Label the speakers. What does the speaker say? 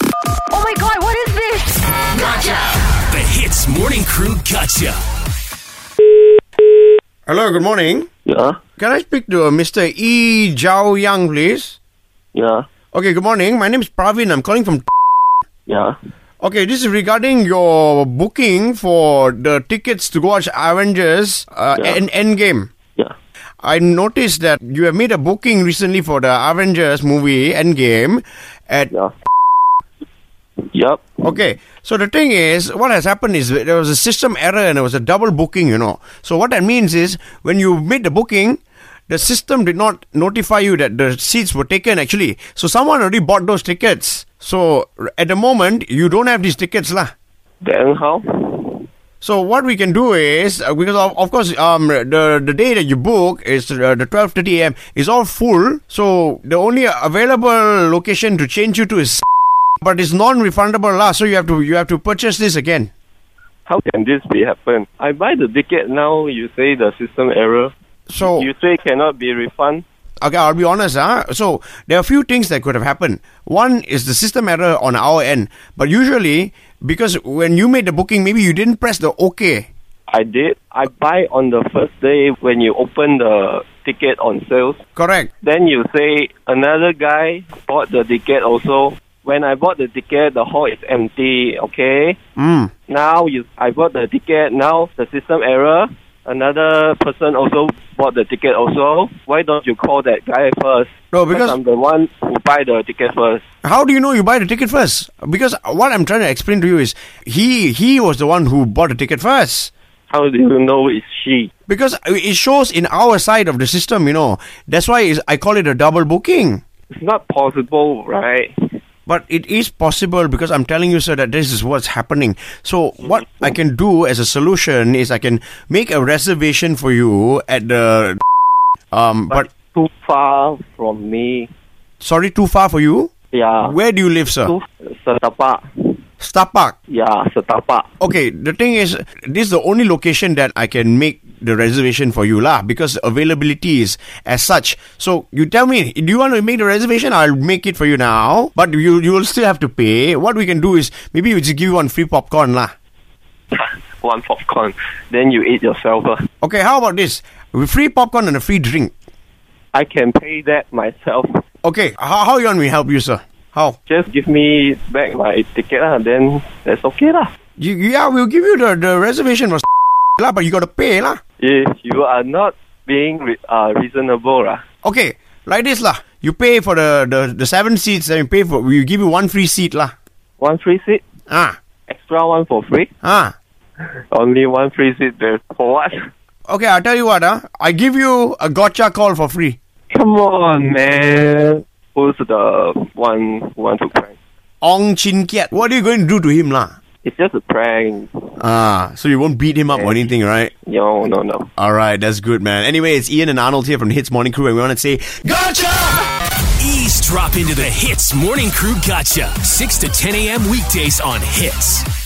Speaker 1: Oh my god, what is this?
Speaker 2: The Hits Morning Crew Gotcha.
Speaker 3: Hello, good morning.
Speaker 4: Yeah,
Speaker 3: Can I speak to uh, Mr. E. Zhao Yang, please?
Speaker 4: yeah,
Speaker 3: Okay, good morning. My name is Praveen. I'm calling from.
Speaker 4: yeah,
Speaker 3: Okay, this is regarding your booking for the tickets to go watch Avengers uh,
Speaker 4: Yeah.
Speaker 3: End Endgame.
Speaker 4: yeah,
Speaker 3: I noticed that you have made a booking recently for the Avengers movie Endgame at
Speaker 4: yeah. Yep.
Speaker 3: Okay, so the thing is, what has happened is there was a system error and there was a double booking, you know. So what that means is when you made the booking, the system did not notify you that the seats were taken actually. So someone already bought those tickets. So r- at the moment, you don't have these tickets lah.
Speaker 4: Then how?
Speaker 3: So what we can do is uh, because of, of course um the the day that you book is uh, the 12:30 a.m. is all full. So the only available location to change you to is but it's non-refundable lah. So you have to you have to purchase this again.
Speaker 4: How can this be happen? I buy the ticket now. You say the system error.
Speaker 3: So
Speaker 4: You say cannot be refund.
Speaker 3: okay, I'll be honest, huh? So there are a few things that could have happened. One is the system error on our end, but usually because when you made the booking, maybe you didn't press the OK.
Speaker 4: I did. I buy on the first day when you open the ticket on sales.
Speaker 3: Correct.
Speaker 4: Then you say another guy bought the ticket also. When I bought the ticket, the hall is empty. Okay.
Speaker 3: Mm.
Speaker 4: Now you, I bought the ticket. Now the system error. Another person also bought the ticket also. Why don't you call that guy first?
Speaker 3: No, because-
Speaker 4: I'm the one who buy the ticket first.
Speaker 3: How do you know you buy the ticket first? Because what I'm trying to explain to you is he he was the one who bought the ticket first.
Speaker 4: How do you know it's she?
Speaker 3: Because it shows in our side of the system, you know. That's why is- I call it a double booking.
Speaker 4: It's not possible, right?
Speaker 3: But it is possible because I'm telling you, sir, that this is what's happening. So what I can do as a solution is I can make a reservation for you at the um. But
Speaker 4: Too far from me.
Speaker 3: sorry, too far for you.
Speaker 4: Yeah.
Speaker 3: Where do you live, sir?
Speaker 4: Too setapak.
Speaker 3: Stapak.
Speaker 4: Yeah, setapak.
Speaker 3: Okay, the thing is, this is the only location that I can make the reservation for you, lah, because availability is as such. So you tell me, do you want to make the reservation? I'll make it for you now, but you you will still have to pay. What we can do is maybe we just give you one free popcorn, lah.
Speaker 4: One popcorn. Then you eat yourself. ah.
Speaker 3: Okay, how about this? With free popcorn and a free drink.
Speaker 4: I can pay that myself.
Speaker 3: Okay, how how you want me help you, sir? How?
Speaker 4: Just give me back my ticket, ah. then that's okay. lah.
Speaker 3: You, yeah, we'll give you the, the reservation for lah, but you gotta pay, lah.
Speaker 4: if you are not being re- uh, reasonable, uh,
Speaker 3: Okay, like this, lah. You pay for the, the, the seven seats, then we pay for we give you one free seat, lah.
Speaker 4: one free seat,
Speaker 3: Ah.
Speaker 4: extra one for free,
Speaker 3: Ah.
Speaker 4: only one free seat there for what?
Speaker 3: Okay, I'll tell you what, huh? I give you a gotcha call for free.
Speaker 4: Come on, man. Who's the one who want to prank?
Speaker 3: Ong Chin Kiat. What are you going to do to him, lah?
Speaker 4: It's just a prank.
Speaker 3: Ah, so you won't beat him up or anything, right?
Speaker 4: No, no, no.
Speaker 3: All right, that's good, man. Anyway, it's Ian and Arnold here from the Hits Morning Crew, and we want to say,
Speaker 2: Ease drop into the Hits Morning Crew Gotcha. 6 to 10 a.m. weekdays on Hits.